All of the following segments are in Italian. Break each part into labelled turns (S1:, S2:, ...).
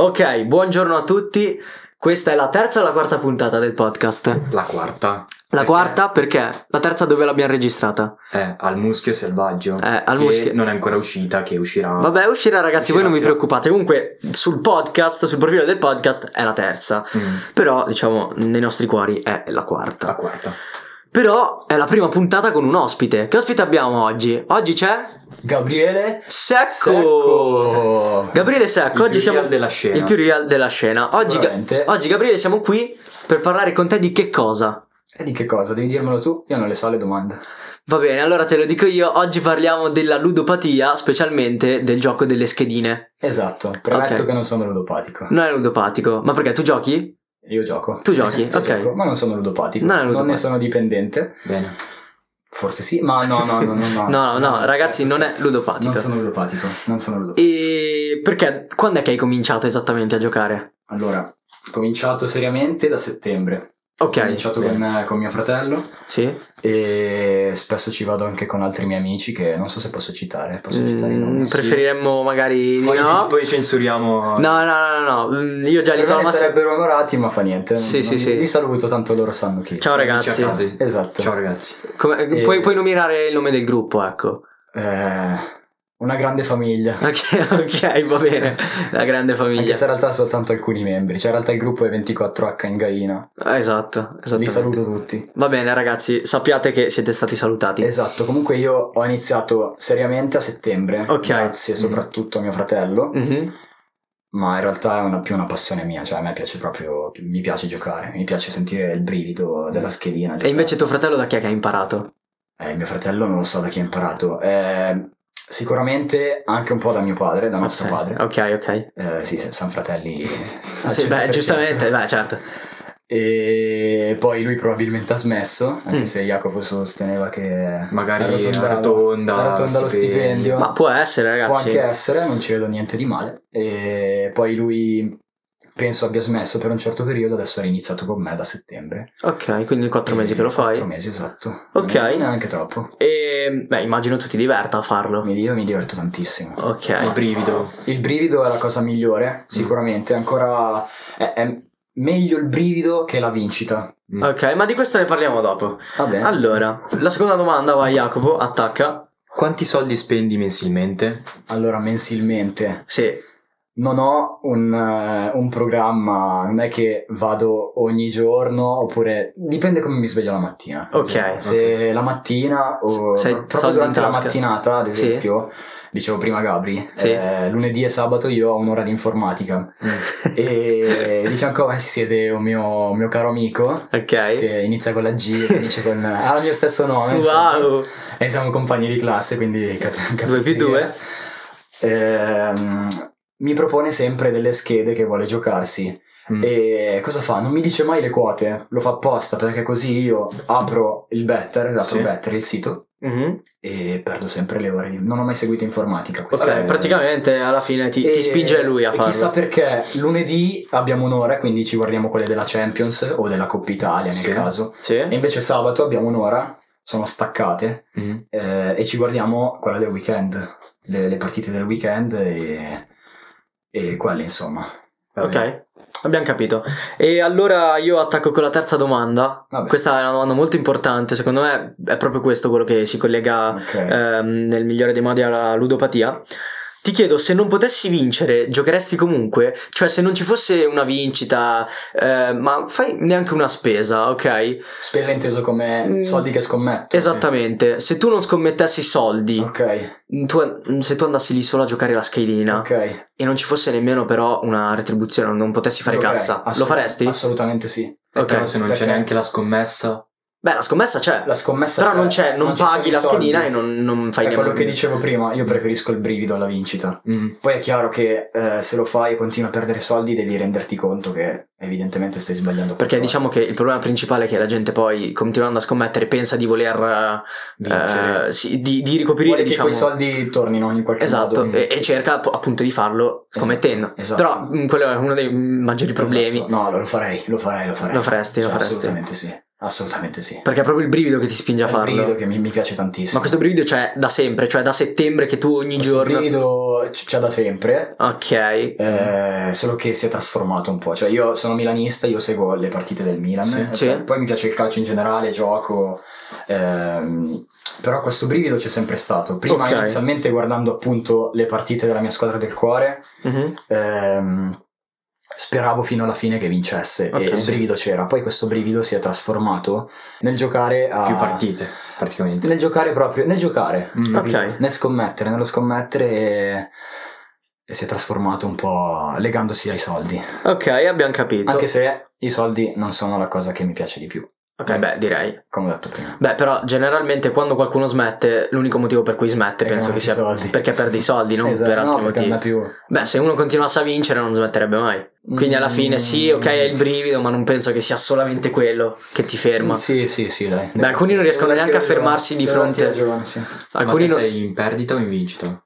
S1: Ok, buongiorno a tutti. Questa è la terza o la quarta puntata del podcast?
S2: La quarta.
S1: La quarta perché? La terza dove l'abbiamo registrata?
S2: È Al Muschio Selvaggio.
S1: Eh, al
S2: che
S1: muschio-
S2: non è ancora uscita, che uscirà.
S1: Vabbè, uscirà ragazzi, voi non vi
S2: Uscirà,
S1: preoccupate. Comunque, sul podcast, sul profilo del podcast è la terza.
S2: Mm,
S1: Però, diciamo, nei nostri cuori è la
S2: la
S1: quarta.
S2: quarta.
S1: Però è la prima puntata con un ospite. Che ospite abbiamo oggi? Oggi c'è
S2: Gabriele
S1: Secco.
S2: Secco.
S1: Gabriele Secco,
S2: Il
S1: oggi
S2: più
S1: siamo
S2: real della scena.
S1: il più real della scena. Oggi,
S3: Sicuramente.
S1: oggi, Gabriele siamo qui per parlare con te di che cosa?
S3: E Eh, di che cosa? Devi dirmelo tu? Io non le so le domande.
S1: Va bene, allora te lo dico io, oggi parliamo della ludopatia, specialmente del gioco delle schedine.
S3: Esatto, premetto
S1: Ok.
S3: che non sono ludopatico.
S1: Non è ludopatico, ma perché tu giochi?
S3: Io gioco.
S1: Tu giochi,
S3: Io gioco,
S1: ok.
S3: ma non sono ludopatico.
S1: Non è ludopatico.
S3: ne sono dipendente.
S2: Bene.
S3: Forse sì, ma no, no, no, no. No,
S1: No, no, no, ragazzi,
S3: scherzo,
S1: non è
S3: scherzo.
S1: ludopatico.
S3: Non sono ludopatico. Non sono ludopatico.
S1: E perché? Quando è che hai cominciato esattamente a giocare?
S3: Allora, ho cominciato seriamente da settembre. Ho
S1: Ok,
S3: cominciato con, con mio fratello
S1: sì.
S3: e spesso ci vado anche con altri miei amici che non so se posso citare. Posso citare i
S1: Mm,
S3: nomi?
S1: preferiremmo magari di
S2: Poi,
S1: no.
S2: poi censuriamo.
S1: No, no, no, no, no, mm, io già li
S3: Per
S1: so,
S3: me
S1: ma
S3: ne sarebbero onorati, ma fa niente.
S1: Sì,
S3: Non-
S1: sì,
S3: non-
S1: sì.
S3: Li saluto, tanto loro sanno chi.
S1: Ciao ragazzi.
S2: Ciao, casi.
S3: Esatto.
S2: Ciao ragazzi.
S1: Come-
S3: Eh.
S1: puoi, puoi nominare il nome del gruppo, ecco.
S3: Eh, una grande famiglia.
S1: Ok, ok, va bene. La grande
S3: Anche
S1: famiglia.
S3: se in realtà soltanto alcuni membri. Cioè, in realtà il gruppo è 24H in Gaina.
S1: Esatto, esatto.
S3: Vi saluto tutti.
S1: Va bene, ragazzi, sappiate che siete stati salutati.
S3: Esatto, comunque io ho iniziato seriamente a settembre.
S1: Ok. Mm.
S3: Grazie soprattutto a mio fratello.
S1: Mhm.
S3: Ma in realtà è una- più una passione mia. Cioè, a me piace proprio. Mi piace giocare. Mi piace sentire il brivido della schedina.
S1: Mm. E invece tuo fratello da chi è che ha imparato?
S3: Eh, mio fratello non lo so da chi ha imparato. Eh, sicuramente anche un po' da mio padre, da nostro
S1: Ok,
S3: padre. Ah,
S1: Ok, ok.
S3: Eh, sì, san fratelli. al
S1: Sì, beh,
S3: 100%.
S1: giustamente, beh, certo.
S3: E poi lui probabilmente ha smesso, anche
S1: Mm.
S3: se Jacopo sosteneva che
S2: Magari
S3: arrotondava-
S2: arrotonda
S3: arrotonda lo
S2: stipendio.
S3: stipendio.
S1: Ma può essere,
S3: Può
S1: ragazzi.
S3: anche essere, non ci vedo niente di male. E poi lui penso abbia smesso per un certo periodo, adesso ha riniziato con me da settembre.
S1: Ok, quindi quattro mesi che lo fai.
S3: Quattro mesi, esatto.
S1: Ok.
S3: Non Neanche troppo.
S1: E beh, immagino tu ti diverta a farlo.
S3: Mi- Io mi diverto tantissimo.
S2: Il
S1: Ok.
S2: brivido.
S3: Il brivido è la cosa migliore, sicuramente. Ancora è, è meglio il brivido che la vincita.
S1: Ok, ma di questo ne parliamo dopo.
S3: Va bene.
S1: Allora, la seconda domanda va a Jacopo, attacca.
S2: Quanti soldi spendi mensilmente?
S3: allora, mensilmente
S1: Sì,
S3: non ho un, eh, un programma, non è che vado ogni giorno oppure dipende come mi sveglio la mattina. ad
S1: Ok,
S3: esempio. Se la mattina o
S1: Se- soldi
S3: pro- proprio
S1: in
S3: durante la
S1: tasca.
S3: mattinata, ad
S1: Sì.
S3: esempio, dicevo prima Gabri,
S1: Sì.
S3: eh, lunedì e sabato io ho un'ora di informatica e di fianco a me si siede un mio, un mio caro amico
S1: ok.
S3: che inizia con la G e finisce con... ha il mio stesso nome. insomma.
S1: Wow.
S3: E siamo compagni di classe, quindi cap- cap-
S1: Due più due.
S3: Ehm, mi propone sempre delle schede che vuole giocarsi.
S2: Mm.
S3: E cosa fa? Non mi dice mai le quote, lo fa apposta perché così io apro il better, apro
S2: Sì.
S3: better il sito
S1: Mhm.
S3: e perdo sempre le ore. di- Non ho mai seguito informatica.
S1: Ok,
S3: questo è-
S1: praticamente alla fine ti, ti
S3: E-
S1: spinge lui a
S3: e
S1: farlo.
S3: Chissà perché lunedì abbiamo un'ora, quindi ci guardiamo quelle della Champions o della Coppa Italia nel
S2: Sì.
S3: caso. E
S1: Sì.
S3: invece sabato abbiamo un'ora, sono staccate
S2: Mm.
S3: eh, e ci guardiamo quella del weekend, le, le partite del weekend e, e quelle insomma.
S2: Va bene.
S1: Ok, abbiamo capito. E allora io attacco con la terza domanda.
S3: Vabbè.
S1: Questa è una domanda molto importante, secondo me è proprio questo quello che si collega
S3: Ok.
S1: ehm, nel migliore dei modi alla ludopatia. Ti chiedo, se non potessi vincere, giocheresti comunque? Cioè, se non ci fosse una vincita, eh, ma fai neanche una spesa, ok?
S3: Spesa inteso
S1: Mm.
S3: come soldi che scommetto.
S1: Esattamente, se tu non scommettessi soldi,
S3: Ok,
S1: tu- se tu andassi lì solo a giocare la schedina
S3: ok.
S1: e non ci fosse nemmeno però una retribuzione, non potessi fare
S3: Ok,
S1: cassa, lo
S3: assolut-
S1: faresti?
S3: Assolutamente sì.
S2: Eh,
S1: Ok,
S2: però se non
S3: perché-
S2: c'è neanche la scommessa.
S1: Beh, la scommessa c'è.
S3: La scommessa
S1: Però
S3: c'è,
S1: non c'è, non,
S3: ci sono
S1: paghi
S3: i
S1: la
S3: soldi.
S1: schedina e non, non fai
S3: È
S1: nemmeno.
S3: quello che dicevo prima, io preferisco il brivido alla vincita.
S2: Mm.
S3: Poi è chiaro che eh, se lo fai e continui a perdere soldi devi renderti conto che evidentemente stai sbagliando
S1: Perché
S3: qualcosa.
S1: diciamo che il problema principale è che la gente poi, continuando a scommettere, pensa di voler.
S2: Vincere.
S1: eh, sì, di, di ricoprire,
S3: Vuole
S1: diciamo.
S3: che quei soldi tornino in qualche
S1: Esatto,
S3: modo.
S1: e, e cerca app- appunto di farlo scommettendo.
S3: esatto.
S1: Però mh, quello è uno dei maggiori problemi.
S3: Esatto. No, lo lo farei, lo farei, lo farei.
S1: Lo faresti, lo
S3: Cioè,
S1: faresti.
S3: Assolutamente sì. Assolutamente sì.
S1: Perché è proprio il brivido che ti spinge a
S3: È un
S1: farlo.
S3: brivido che mi, mi piace tantissimo.
S1: Ma questo brivido c'è da sempre, cioè da settembre che tu ogni
S3: Questo
S1: giorno...
S3: brivido c- c'è da sempre.
S1: Ok.
S3: eh, solo che si è trasformato un po'. Cioè, io sono milanista, io seguo le partite del Milan.
S2: Sì.
S3: eh,
S1: Sì.
S3: poi- Poi mi piace il calcio in generale, gioco. ehm, però questo brivido c'è sempre stato. Prima,
S1: Ok.
S3: inizialmente, guardando appunto le partite della mia squadra del cuore,
S1: Mhm.
S3: ehm, speravo fino alla fine che vincesse.
S1: Ok.
S3: E il
S1: Sì.
S3: brivido c'era. Poi questo brivido si è trasformato nel giocare a.
S1: Ah.
S2: Più partite, praticamente.
S3: Nel giocare proprio. Nel giocare.
S2: Mm.
S1: Ok.
S3: Nel scommettere, nello scommettere e- e si è trasformato un po' legandosi ai soldi.
S1: Ok, abbiamo capito.
S3: Anche se i soldi non sono la cosa che mi piace di più,
S1: Ok, beh, direi.
S3: come ho detto prima.
S1: Beh, però generalmente quando qualcuno smette, l'unico motivo per cui smette
S3: Perché
S1: penso
S3: non
S1: che
S3: ha più
S1: sia
S3: soldi.
S1: perché perde i soldi, non
S3: Esatto,
S1: per altri
S3: no, perché
S1: motivi.
S3: non è più.
S1: Beh, se uno continuasse a vincere non smetterebbe mai. Quindi alla fine
S3: Mm.
S1: sì, ok, è il brivido, ma non penso che sia solamente quello che ti ferma.
S3: Sì, sì, sì, dai.
S1: Beh, alcuni non riescono neanche a fermarsi di fronte.
S3: Giovane, sì.
S1: Alcuni
S2: Ma
S1: no-
S2: te sei in perdita o in vincita?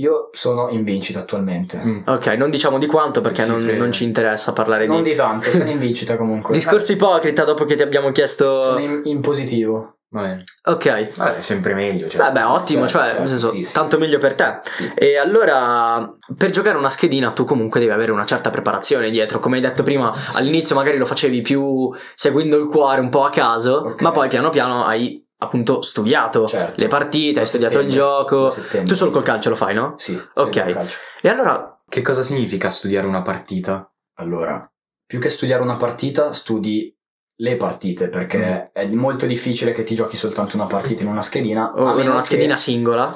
S3: Io sono in vincita attualmente.
S2: Mm.
S1: Ok, non diciamo di quanto perché
S2: Ci
S1: non,
S2: frega.
S1: non ci interessa parlare
S3: Non
S1: di...
S3: di tanto, sono in vincita comunque.
S1: Discorso ipocrita dopo che ti abbiamo
S3: Eh,
S1: chiesto...
S3: Sono in, in positivo.
S2: Va bene.
S1: Ok.
S2: Vabbè, sempre meglio. Cioè.
S1: Vabbè, ottimo,
S3: certo,
S1: cioè,
S3: certo,
S1: nel senso,
S3: sì, sì,
S1: tanto meglio per te.
S3: Sì.
S1: E allora, per giocare una schedina, tu comunque devi avere una certa preparazione dietro. Come hai detto prima, all'inizio magari lo facevi più seguendo il cuore un po' a caso,
S3: Ok.
S1: ma poi piano piano hai appunto studiato
S3: Certo.
S1: le partite,
S3: Da
S1: hai studiato il
S3: settembre-
S1: gioco.
S3: da settembre.
S1: Tu solo col calcio lo fai, no?
S3: Sì. sì,
S1: Ok.
S3: col calcio.
S1: E allora,
S2: Che cosa significa studiare una partita?
S3: Allora, più che studiare una partita, studi le partite
S1: Mm.
S3: perché è molto difficile che ti giochi soltanto una partita in una schedina.
S1: o
S3: a
S1: in
S3: meno
S1: una
S3: che-
S1: schedina singola?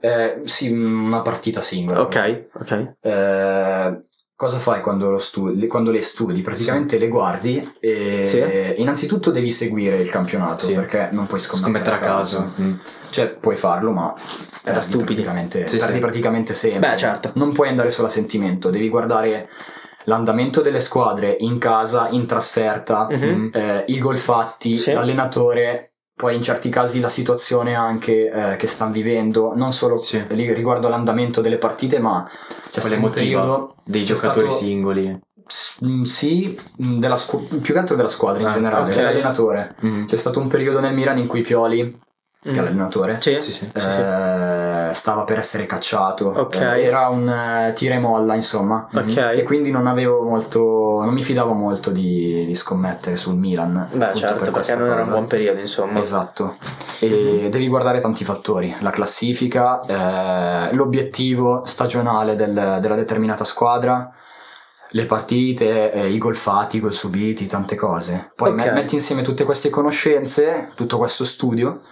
S3: Eh, sì, una partita singola.
S1: Ok, ok.
S3: Eh, cosa fai quando, lo studi, quando le studi? Praticamente le guardi e
S1: Sì.
S3: innanzitutto devi seguire il campionato
S2: Sì.
S3: perché non puoi scommettere,
S2: Scommettere a caso. Mm.
S3: Cioè, puoi farlo, ma perdi
S1: stupidi.
S3: Praticamente,
S2: Sì,
S3: perdi
S2: sì.
S3: praticamente sempre.
S1: Beh, certo.
S3: Non puoi andare solo a sentimento, devi guardare l'andamento delle squadre in casa, in trasferta,
S1: Mhm.
S2: Mm.
S3: eh, i gol fatti,
S1: Sì.
S3: l'allenatore, poi in certi casi la situazione anche eh, che stanno vivendo, non solo
S2: Sì.
S3: li- riguardo all'andamento delle partite, ma
S2: Quale
S3: c'è stato un
S2: motiva?
S3: periodo
S2: Dei
S3: C'è
S2: giocatori
S3: stato-
S2: singoli.
S3: s- mm, sì, mm, della scu- più che altro della squadra in
S2: Ah,
S3: generale,
S1: Eh, ok.
S3: dell'allenatore.
S2: Mm.
S3: C'è stato un periodo nel Milan in cui Pioli, che è
S1: Mm.
S3: l'allenatore,
S1: Sì.
S2: Sì, sì.
S3: eh,
S1: sì.
S3: stava per essere cacciato.
S1: Ok.
S3: Eh, Era un eh, tira e molla, insomma.
S1: Ok.
S3: Mhm. E quindi non avevo molto. non mi fidavo molto di, di scommettere sul Milan.
S1: Beh,
S3: appunto
S1: certo,
S3: per questa
S1: perché non era un
S3: cosa.
S1: buon periodo, insomma.
S3: Esatto, e devi guardare tanti fattori, la classifica, eh, l'obiettivo stagionale del- della determinata squadra, le partite, eh, i gol fatti, i gol subiti, tante cose. Poi
S1: Ok.
S3: me- metti insieme tutte queste conoscenze, tutto questo studio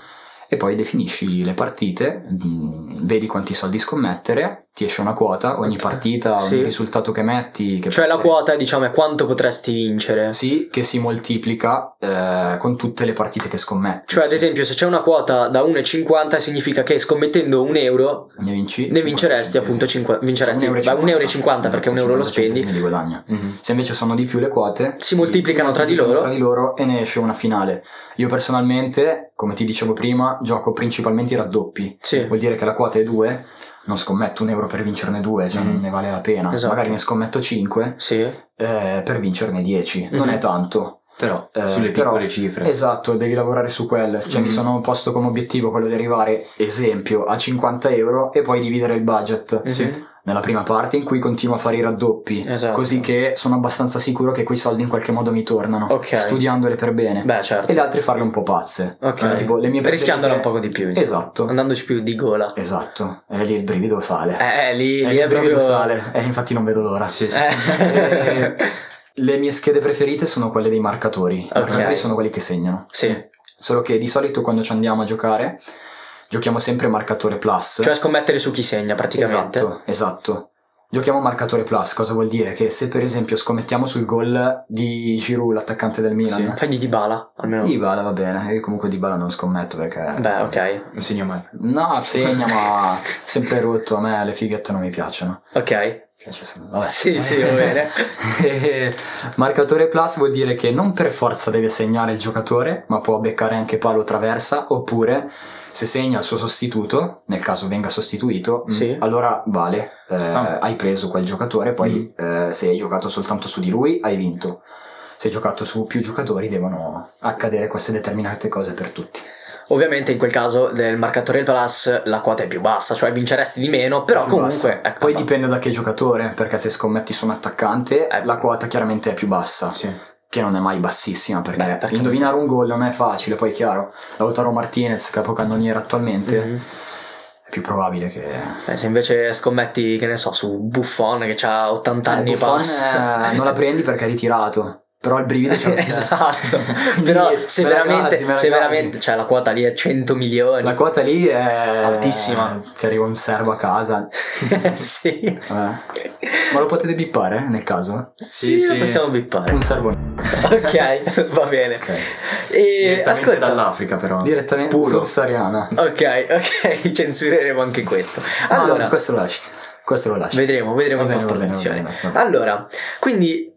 S3: e poi definisci le partite, mh, vedi quanti soldi scommettere, ti esce una quota, ogni
S1: Ok.
S3: partita,
S1: Sì.
S3: ogni risultato che metti. Che
S1: Cioè
S3: può
S1: la
S3: essere-
S1: quota, diciamo, è quanto potresti vincere.
S3: Sì, che si moltiplica eh, con tutte le partite che scommetti.
S1: Cioè, ad esempio, se c'è una quota da 1,50 significa che scommettendo un euro
S3: ne vinci
S1: ne vinceresti
S3: 50
S1: appunto
S3: centesimi.
S1: 5, vinceresti
S3: Un euro e
S1: da 1,50 euro
S3: cinquanta,
S1: perché un euro lo
S3: 50
S1: spendi.
S3: centesimi di guadagno.
S2: Mhm.
S3: Se invece sono di più le quote,
S1: Si moltiplicano tra di
S3: moltiplicano
S1: loro.
S3: tra di loro e ne esce una finale. Io personalmente, come ti dicevo prima, gioco principalmente i raddoppi.
S1: Sì.
S3: Vuol dire che la quota è 2, non scommetto un euro per vincerne 2, cioè
S2: Mhm.
S3: non ne vale la pena.
S1: Mm-hmm. Esatto.
S3: Magari ne scommetto 5
S1: Sì.
S3: per vincerne 10, non
S1: Mhm.
S3: è tanto.
S2: Però,
S3: Eh,
S2: sulle
S3: però-
S2: piccole cifre.
S3: Esatto, devi lavorare su quelle. Cioè, mi
S1: Mm-hmm.
S2: Mhm.
S3: sono posto come obiettivo quello di arrivare, esempio, a 50 euro e poi dividere il budget
S2: Sì.
S1: Mhm.
S3: nella prima parte in cui continuo a fare i raddoppi,
S1: Esatto.
S3: così che sono abbastanza sicuro che quei soldi in qualche modo mi tornano,
S1: Ok.
S3: studiandole per bene.
S1: Beh,
S3: E
S1: certo.
S3: le altre farle un po' pazze.
S1: Ok.
S3: Eh, tipo, le mie preferite-
S1: Rischiandola un poco di più. diciamo. insomma.
S3: Esatto,
S1: Andandoci più di gola.
S3: esatto. E lì il brivido sale.
S1: Eh, eh, lì,
S3: Eh,
S1: lì
S3: il
S1: è proprio...
S3: brivido sale. E infatti non vedo l'ora.
S2: Sì, sì.
S1: Eh.
S3: Le mie schede preferite sono quelle dei marcatori. I
S1: Ok.
S3: marcatori sono quelli che segnano.
S1: sì.
S3: Solo che di solito quando ci andiamo a giocare, giochiamo sempre marcatore plus.
S1: Cioè scommettere su chi segna praticamente.
S3: Esatto, esatto. Giochiamo marcatore plus, cosa vuol dire? Che se per esempio scommettiamo sul gol di Giroud, l'attaccante del Milan,
S1: Fagli di bala, almeno.
S3: Dybala va bene, io comunque Dybala non scommetto perché...
S1: Beh, ok.
S2: Non segno mai.
S3: No, segna, ma sempre rotto, a me le fighette non mi piacciono.
S1: Ok.
S3: Piace solo- vabbè.
S1: Sì, sì, va bene.
S3: E marcatore plus vuol dire che non per forza deve segnare il giocatore, ma può beccare anche palo o traversa, oppure se segna il suo sostituto, nel caso venga sostituito, mm,
S1: Sì.
S3: allora vale, eh,
S2: Ah.
S1: Mm.
S3: hai preso quel giocatore, poi eh, se hai giocato soltanto su di lui hai vinto. se giocato su più giocatori devono accadere queste determinate cose per tutti.
S1: Ovviamente in quel caso del marcatore del Plus la quota è più bassa, cioè vinceresti di meno, però
S3: Più
S1: comunque...
S3: bassa.
S1: ecco,
S3: poi
S1: ma-
S3: dipende da che giocatore, perché se scommetti su un attaccante
S1: Eh.
S3: la quota chiaramente è più bassa,
S2: Sì.
S3: che non è mai bassissima perché,
S1: Beh, perché-
S3: indovinare un gol non è facile, poi è chiaro, Lautaro Martinez, capocannoniere attualmente,
S1: Mhm.
S3: è più probabile che...
S1: Eh, se invece scommetti, che ne so, su Buffon che ha 80
S3: Eh,
S1: anni e
S3: Buffon,
S1: passa.
S3: eh, non la prendi perché è ritirato, però il brivido c'è lo stesso.
S1: esatto.
S3: Quindi,
S1: Però
S3: me
S1: se
S3: la
S1: veramente,
S3: casi, me la
S1: se
S3: casi.
S1: veramente, cioè la quota lì è 100 milioni.
S3: La quota lì è
S1: Altissima.
S3: Ti arriva un servo a casa.
S1: sì.
S3: Eh. Ma lo potete bippare eh, nel caso?
S1: Sì,
S2: Sì,
S1: lo
S2: sì.
S1: possiamo bippare.
S3: Un servo.
S1: ok, va bene. E
S2: Direttamente
S1: ascolta.
S2: dall'Africa però.
S3: Direttamente
S2: Puro.
S3: subsahariana.
S1: Ok, ok, censureremo anche questo.
S3: Ah,
S1: Allora,
S3: no, questo lo lasci. Questo lo lasci.
S1: vedremo, vedremo
S3: Va
S1: in
S3: bene,
S1: post
S3: va bene, va
S1: produzione.
S3: bene, va bene.
S1: Allora, quindi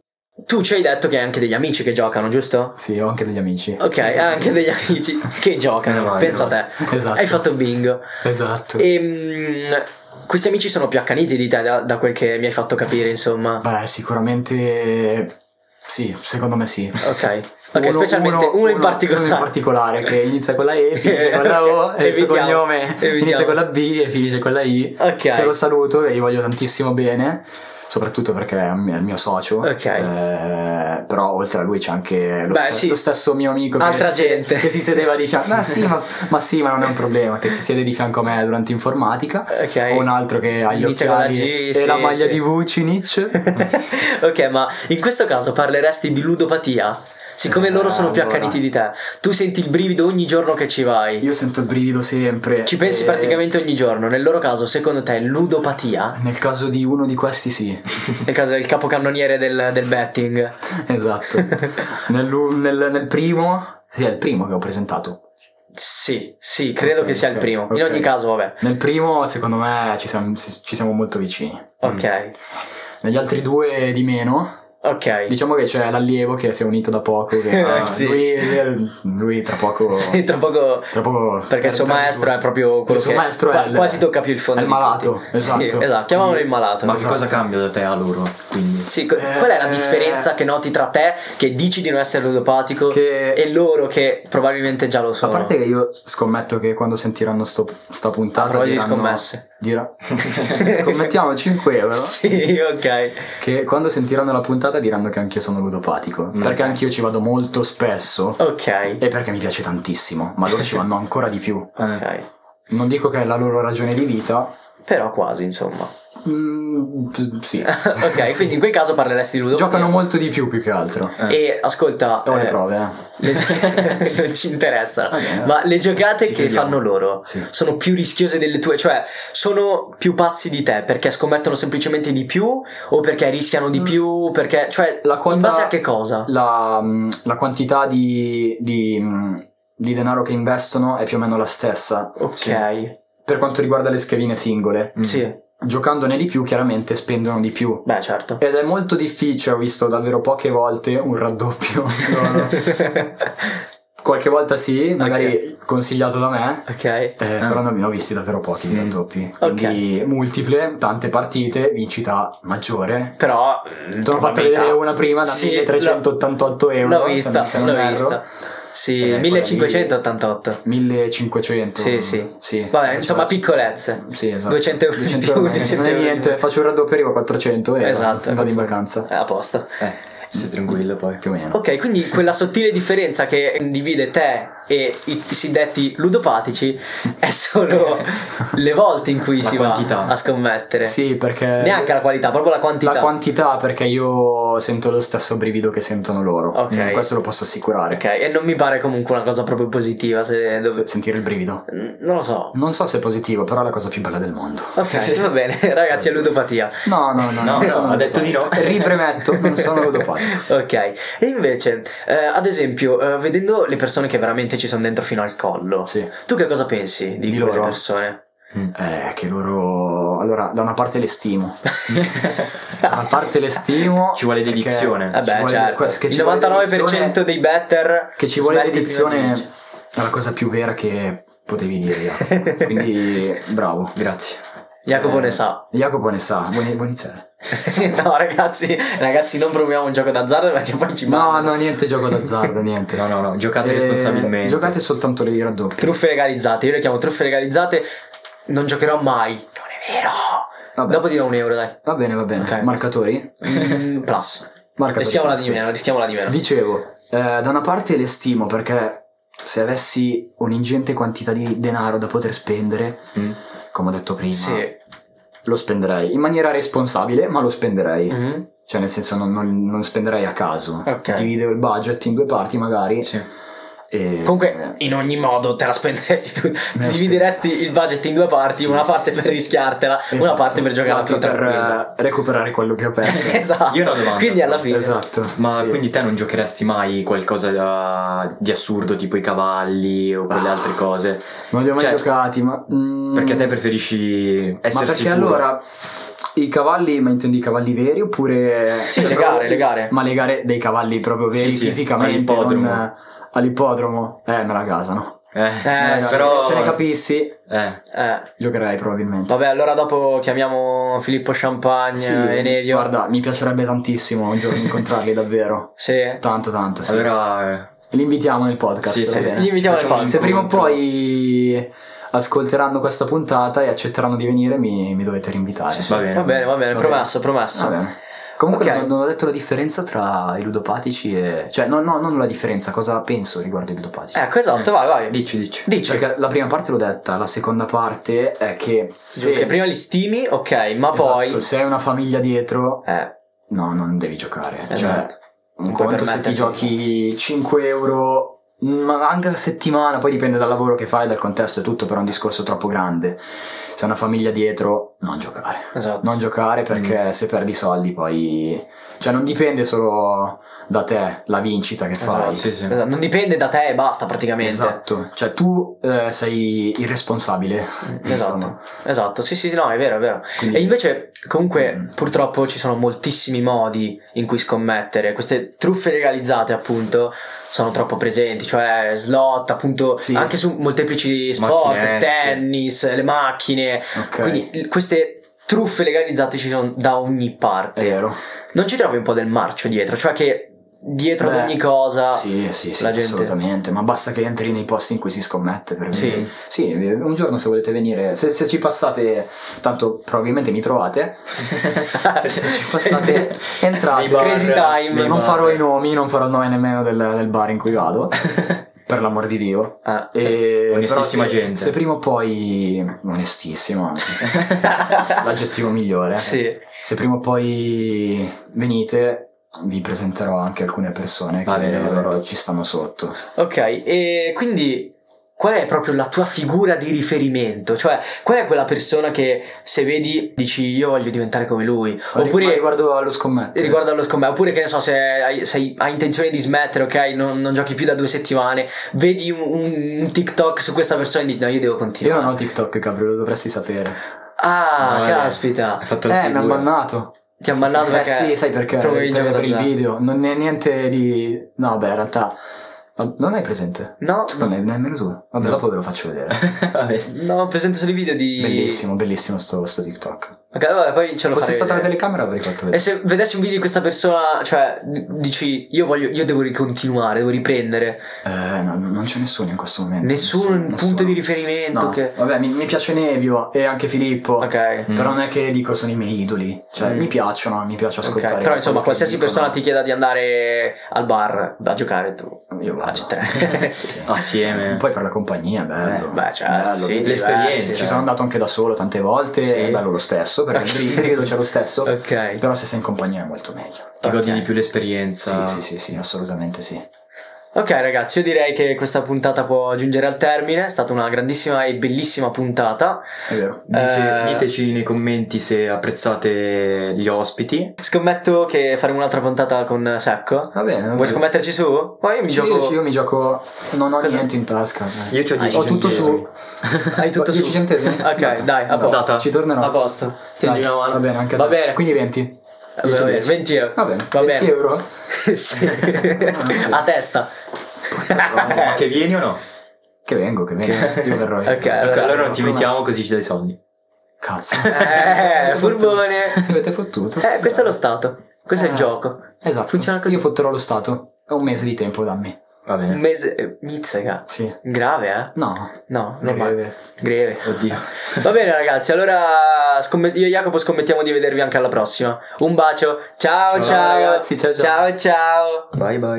S1: tu ci hai detto che hai anche degli amici che giocano, giusto?
S3: Sì, ho anche degli amici.
S1: Ok, hai anche degli amici che giocano,
S2: Meno male,
S1: pensa a
S2: meno
S1: te.
S3: Esatto.
S1: Hai fatto bingo.
S3: Esatto.
S1: E questi amici sono più accaniti di te da, da quel che mi hai fatto capire, insomma.
S3: Beh, sicuramente sì, secondo me sì.
S1: Ok, ok,
S3: Uno-
S1: specialmente uno, in particolare.
S3: uno in particolare che inizia con la E, finisce con la O, e il suo
S1: Evitiamo,
S3: cognome
S1: evitiamo.
S3: inizia con la B e finisce con la I.
S1: Ok.
S3: Che lo saluto e gli voglio tantissimo bene, soprattutto perché è un mio- il mio socio.
S1: Ok.
S3: Eh, però oltre a lui c'è anche lo,
S1: Beh,
S3: ste-
S1: sì.
S3: lo stesso mio amico
S1: Altra
S3: che, si sede-
S1: gente.
S3: che si sedeva di fianco. "Ah, sì, ma, ma sì, ma non è un problema. Che si siede di fianco a me durante informatica.
S1: Ok.
S3: O un altro che ha gli
S1: Inizia con la
S3: occhiali
S1: G,
S3: e
S1: sì,
S3: la maglia
S1: sì.
S3: di Vucinic.
S1: ok, ma in questo caso parleresti di ludopatia? Siccome
S3: Eh,
S1: loro sono più
S3: allora.
S1: accaniti di te, tu senti il brivido ogni giorno che ci vai.
S3: Io eh, sento il brivido sempre.
S1: Ci pensi
S3: e-
S1: praticamente ogni giorno. Nel loro caso, secondo te, è ludopatia?
S3: Nel caso di uno di questi sì,
S1: Nel caso del capocannoniere del, del betting.
S3: esatto. Nell'u- nel, nel primo, sì, è il primo che ho presentato.
S1: Sì, sì, credo
S3: Ok,
S1: che sia il
S3: ok,
S1: primo. In
S3: ok.
S1: ogni caso, vabbè.
S3: Nel primo, secondo me, ci siamo, si- ci siamo molto vicini.
S1: Ok,
S3: Negli altri due di meno,
S1: ok.
S3: diciamo che c'è l'allievo che si è unito da poco. Che, ah,
S1: Sì.
S3: lui, lui tra poco...
S1: Sì, tra poco.
S3: Tra poco
S1: Perché il suo
S3: tra- tra-
S1: maestro è proprio quello
S3: il suo
S1: che
S3: maestro
S1: qua-
S3: è il-
S1: quasi tocca più il fondo
S3: È il
S1: di
S3: malato,
S1: tutti. Sì,
S3: esatto.
S1: esatto, chiamavolo il malato.
S2: Ma che
S1: esatto.
S2: cosa cambia da te a loro? Quindi
S1: Sì, co- qual è la
S3: Eh.
S1: differenza che noti tra te, che dici di non essere ludopatico,
S3: Che-
S1: e loro che probabilmente già lo
S3: A
S1: sono?
S3: parte che io scommetto che quando sentiranno sto, sta puntata...
S1: proposito di
S3: diranno-
S1: scommesse.
S3: dirà- Scommettiamo 5 euro.
S1: Sì, ok.
S3: Che quando sentiranno la puntata diranno che anch'io sono ludopatico.
S1: Mm.
S3: Perché anch'io ci vado molto spesso.
S1: Ok.
S3: E perché mi piace tantissimo, ma loro ci vanno ancora di più.
S1: Ok.
S3: Non dico che è la loro ragione di vita.
S1: Però quasi, insomma.
S3: mm, p- sì.
S1: ok, quindi in quel caso parleresti di ludopatia.
S3: Giocano molto di più più che altro.
S2: Eh.
S1: E ascolta,
S3: Ho le
S1: eh,
S3: prove, eh.
S1: le- non ci interessa.
S3: Va bene.
S1: Ma le giocate
S3: Eh. Ci
S1: che
S3: vediamo.
S1: fanno loro
S3: Sì.
S1: sono più rischiose delle tue, cioè sono più pazzi di te perché scommettono semplicemente di più o perché rischiano di più, perché cioè
S3: Mm. La quota-
S1: in base a che cosa?
S3: La, mm, la quantità di, di, mm, di denaro che investono è più o meno la stessa.
S1: Ok. Sì.
S3: Per quanto riguarda le schedine singole,
S2: Mm.
S3: giocandone di più, chiaramente spendono di più.
S1: Beh, certo.
S3: Ed è molto difficile, ho visto davvero poche volte un raddoppio. No, no. Qualche volta sì, magari consigliato da me,
S1: ok.
S3: eh, però non ne ho visti davvero pochi di raddoppi.
S1: Mm. Ok.
S3: Quindi multiple, tante partite, vincita maggiore.
S1: Però mm,
S3: Ti ho fatto vedere una prima da 1388 euro.
S1: L'ho
S3: se
S1: vista,
S3: non- se non
S1: l'ho
S3: erro.
S1: vista. Sì,
S3: Eh,
S1: 1588.
S3: 1500.
S1: Sì, sì.
S3: sì.
S1: Vabbè, insomma,
S3: Cioè,
S1: piccolezze.
S3: Sì, esatto.
S1: 200 euro in
S3: 200
S1: più,
S3: euro, non è
S1: 200 euro in
S3: niente,
S1: più.
S3: faccio un raddoppio, arrivo a 400 e
S1: Esatto.
S3: vado in vacanza.
S1: Eh, a posto.
S2: eh, stai tranquillo poi.
S3: Più o meno.
S1: Ok, quindi quella sottile differenza che divide te e i cosiddetti ludopatici è solo le volte in cui
S2: La
S1: si
S2: quantità.
S1: va a scommettere.
S3: Sì, perché...
S1: Neanche la qualità, proprio la quantità.
S3: La quantità perché io sento lo stesso brivido che sentono loro.
S1: Ok.
S3: Mm, Questo lo posso assicurare.
S1: ok, e non mi pare comunque una cosa proprio positiva. Se dov-
S3: Se- Sentire il brivido.
S1: Non lo so.
S3: Non so se è positivo, però è la cosa più bella del mondo.
S1: Ok, va bene, ragazzi, è ludopatia.
S3: No, no, no,
S2: No,
S3: non sono
S2: no, ha detto di no.
S3: ludopatico. Ripremetto, non sono ludopatico.
S1: Ok, e invece, eh, ad esempio, eh, vedendo le persone che veramente ci sono dentro fino al collo,
S3: Sì.
S1: tu che cosa pensi di,
S3: Di
S1: quelle
S3: loro?
S1: persone?
S3: Eh, che loro... Allora, da una parte le stimo. Da una parte le stimo.
S2: Ci vuole
S3: perché-
S2: dedizione.
S1: Vabbè,
S3: ci vuole-
S1: certo.
S3: que- che
S1: Il
S3: ci vuole
S1: 99%
S3: dedizione-
S1: dei better
S3: Che ci vuole
S1: smetti prima di
S3: dedizione
S1: vincere.
S3: è la cosa più vera che potevi dire. Quindi, bravo.
S2: Grazie.
S1: Jacopo
S3: Eh,
S1: ne sa.
S3: Jacopo ne sa, vuoi, vuoi iniziare?
S1: no, ragazzi, ragazzi, non proviamo un gioco d'azzardo perché poi ci
S3: No,
S1: mandano.
S3: no, niente gioco d'azzardo, niente.
S2: No, no, no, giocate
S3: Eh,
S2: responsabilmente.
S3: Giocate soltanto le raddoppie.
S1: Truffe legalizzate, io le chiamo truffe legalizzate. Non giocherò mai. Non è vero.
S3: Vabbè.
S1: Dopo ti do un euro, dai.
S3: Va bene, va bene.
S1: Ok.
S3: Marcatori?
S1: Mm, plus.
S3: Marcatori.
S1: Rischiamola di
S3: sì.
S1: meno, rischiamola di meno.
S3: Dicevo, eh, da una parte le stimo perché se avessi un'ingente quantità di denaro da poter spendere,
S2: Mm.
S3: come ho detto prima,
S1: Sì.
S3: Ah. lo spenderei in maniera responsabile, ma lo spenderei.
S1: Mhm.
S3: Cioè, nel senso, non, non- non spenderei a caso.
S1: Ok.
S3: Divido il budget in due parti, magari.
S2: Sì.
S3: e- eh,
S1: Comunque, in ogni modo te la spenderesti tu. Ti
S3: la
S1: divideresti il budget in due parti,
S3: Sì,
S1: una
S3: sì,
S1: parte
S3: sì,
S1: per
S3: sì.
S1: rischiartela, una
S3: Esatto.
S1: parte per giocare
S3: L'altra per
S1: tranquilla.
S3: eh, recuperare quello che ho perso.
S1: esatto.
S2: Io ho una domanda,
S1: Quindi alla fine.
S3: Esatto.
S2: Ma
S3: sì.
S2: quindi te non giocheresti mai qualcosa da- di assurdo tipo i cavalli o quelle altre cose?
S3: Non li ho mai
S2: Cioè,
S3: giocati, ma... Ah. mm,
S2: Perché te preferisci essere
S3: Ma perché
S2: sicuro?
S3: allora i cavalli, ma intendi i cavalli veri oppure...
S1: Sì, le gare, le gare.
S3: Ma le gare dei cavalli proprio veri
S2: Sì, sì,
S3: fisicamente,
S2: all'ippodromo.
S3: non all'ippodromo. Eh, me la gasano.
S2: Eh,
S1: Eh,
S3: Me la gasano.
S2: però-
S3: Se ne capissi,
S2: eh.
S1: Eh,
S3: giocherei probabilmente.
S1: vabbè, allora dopo chiamiamo Filippo Champagne
S3: Sì,
S1: e Nevio.
S3: guarda, mi piacerebbe tantissimo un giorno incontrarli davvero.
S1: Sì.
S3: Tanto, tanto, sì.
S2: Allora, eh,
S3: Li invitiamo nel podcast.
S2: Sì,
S3: va
S2: sì,
S3: bene?
S2: sì,
S1: Gli invitiamo nel
S2: Facciamo un
S1: palco.
S3: Se prima o
S2: incontro.
S3: poi ascolteranno questa puntata e accetteranno di venire, mi, mi dovete rinvitare.
S2: sì, va bene.
S1: Va bene, va bene,
S3: Va
S1: promesso, promesso.
S3: Va bene. Comunque
S1: Ok.
S3: non, non ho detto la differenza tra i ludopatici e... Cioè, no, no, non la differenza, cosa penso riguardo i ludopatici.
S1: Ecco, esatto,
S2: Eh. cioè
S1: vai, vai.
S2: dici, dici.
S1: Dici.
S3: Perché la prima parte l'ho detta, la seconda parte è che se...
S1: Che prima li stimi, ok, ma
S3: Esatto,
S1: poi...
S3: se hai una famiglia dietro,
S1: Eh,
S3: no, non devi giocare.
S1: Eh,
S3: cioè,
S1: no.
S3: un
S1: Non puoi
S3: conto se ti
S1: permetterti.
S3: giochi 5 euro, ma anche a settimana, poi dipende dal lavoro che fai, dal contesto e tutto, però è un discorso troppo grande. Se hai una famiglia dietro, non giocare.
S1: esatto.
S3: non giocare
S1: Mm.
S3: perché se perdi soldi poi cioè non dipende solo da te la vincita che fai
S2: Sì, sì.
S1: Esatto, Non dipende da te e basta praticamente.
S3: esatto cioè tu eh, sei irresponsabile
S1: Esatto,
S3: insomma.
S1: esatto, sì sì sì, no è vero è vero.
S3: Quindi-
S1: E invece comunque
S3: Mm.
S1: purtroppo ci sono moltissimi modi in cui scommettere, queste truffe legalizzate appunto sono troppo presenti, cioè slot appunto
S3: Sì.
S1: anche su molteplici sport,
S2: Macchinette.
S1: tennis, le macchine,
S3: ok
S1: quindi l- queste truffe legalizzate ci sono da ogni
S3: è
S1: parte.
S3: vero
S1: Non ci trovi un po' del marcio dietro, cioè che dietro ad
S3: Beh,
S1: ogni cosa...
S3: sì sì sì
S1: Ah, la gente-
S3: assolutamente ma basta che entri nei posti in cui si scommette per
S1: Sì.
S3: venire. sì un giorno se volete venire se, se ci passate tanto probabilmente mi trovate Esatto. se ci passate entrate
S1: Nei bar, Crazy time. nei
S3: non
S1: bar.
S3: farò i nomi non farò il nome nemmeno del- del bar in cui vado per l'amor di Dio
S1: Ah.
S3: E
S2: Onestissima
S3: però se,
S2: gente.
S3: Se prima o poi. Onestissima. l'aggettivo migliore.
S1: Sì.
S3: Se prima o poi venite, vi presenterò anche alcune persone che
S2: Va bene, va bene.
S3: loro ci stanno sotto.
S1: Ok, e quindi qual è proprio la tua figura di riferimento? Cioè, qual è quella persona che se vedi dici io voglio diventare come lui?
S3: Ma
S1: Oppure
S3: riguardo allo scommetto.
S1: riguardo allo scommetto, oppure che ne so, se hai, se hai intenzione di smettere, ok, non, non giochi più da due settimane, vedi un, un- un TikTok su questa persona e dici no, io devo
S3: Io
S1: continuare.
S3: non ho TikTok, Gabriele, lo dovresti sapere.
S1: Ah,
S2: Vale.
S1: caspita,
S2: Hai fatto la
S3: Eh, mi hanno
S2: figura.
S3: bannato.
S1: ti ha bannato
S3: Eh
S1: perché...
S3: sì, sai perché?
S1: provavi
S3: Per,
S1: il gioco
S3: per il
S1: d'azzardo.
S3: video. Non è niente di. No, beh, in realtà. ma Non hai presente?
S1: No,
S3: Tu non hai nemmeno tu. Vabbè,
S2: No.
S3: dopo ve lo faccio vedere.
S2: Vabbè.
S1: no, presento solo i video di...
S3: Bellissimo, bellissimo sto, sto TikTok.
S1: Ok, vabbè, poi ce
S3: Se
S1: lo
S3: fosse
S1: farei
S3: stata la
S1: vedere.
S3: telecamera avrei fatto
S1: E
S3: vedere.
S1: se vedessi un video di questa persona, cioè, d- dici, io voglio, io devo ricontinuare, devo riprendere.
S3: Eh, no, non c'è nessuno in questo momento.
S1: Nessuno, un punto di riferimento
S3: No.
S1: che...
S3: Vabbè, mi, mi piace Nevio e anche Filippo.
S1: Ok.
S2: Mm.
S3: Però non è che dico sono i miei idoli. Cioè,
S1: Mm.
S3: mi piacciono, mi piace
S1: ok.
S3: ascoltare.
S1: Però insomma,
S3: quello che
S1: qualsiasi
S3: dicono.
S1: persona ti chieda di andare al bar a giocare, tu
S3: Io vado.
S1: accetterai.
S3: Sì, sì.
S2: Assieme.
S3: Poi per la compagnia, bello.
S1: Eh, beh, certo,
S3: Bello,
S1: sì,
S3: bello.
S1: diverti,
S2: l'esperienza.
S3: Ci sono andato anche da solo tante volte,
S1: cioè. Sì.
S3: è bello lo stesso, perché
S1: Ok.
S3: il periodo c'è lo stesso,
S1: Ok.
S3: però se sei in compagnia è molto meglio.
S2: Ti godi
S1: Ok.
S2: di più l'esperienza.
S1: Esatto.
S3: Sì, sì, sì, sì, assolutamente sì.
S1: Ok ragazzi, io direi che questa puntata può giungere al termine, è stata una grandissima e bellissima puntata.
S3: È vero.
S2: Dice-
S1: Eh.
S2: Diteci nei commenti se apprezzate gli ospiti.
S1: Scommetto che faremo un'altra puntata con Secco.
S3: Va bene. va
S1: Vuoi
S3: bene.
S1: scommetterci su? Poi io mi
S3: Io-
S1: gioco...
S3: Io mi gioco. Non ho
S1: Cosa?
S3: niente in tasca.
S2: Io c'ho
S1: Ah,
S2: 10
S3: ho tutto
S2: centesimi.
S1: Hai tutto
S3: Ho 10
S1: su?
S3: centesimi?
S1: Ok, dai, a
S3: Dai,
S1: posto.
S3: Ci tornerò.
S1: A posto. Stringi
S3: Dai,
S1: una mano.
S3: Va bene, anche a
S1: Va
S3: te. Ah.
S1: bene,
S3: Quindi 20.
S1: Va bene, 20 euro.
S3: Va bene.
S1: Va
S3: 20
S1: bene.
S3: euro.
S1: Sì. a testa.
S2: Ma che vieni o no?
S3: Che vengo, che vengo. Io verrò.
S1: Ok,
S2: Ok, allora non ti
S3: promesso.
S2: mettiamo così ci dai i soldi.
S3: Cazzo.
S1: Eh, furbone.
S3: Mi avete fottuto.
S1: Eh, questo è lo stato. Questo è
S3: Eh.
S1: il gioco.
S3: Esatto.
S1: Funziona così.
S3: Io fotterò lo Stato. È un mese di tempo da me.
S2: Va
S1: Un
S2: bene.
S1: mese. eh, Mizzica.
S3: Sì.
S1: Grave, eh?
S3: No.
S1: No, normale.
S3: Breve.
S1: Greve.
S2: Oddio.
S1: Va bene, ragazzi. Allora, scomme- io e Jacopo scommettiamo di vedervi anche alla prossima. Un bacio. Ciao, ciao.
S3: Ciao, ragazzi, ciao, ciao.
S1: ciao. ciao.
S2: Bye bye.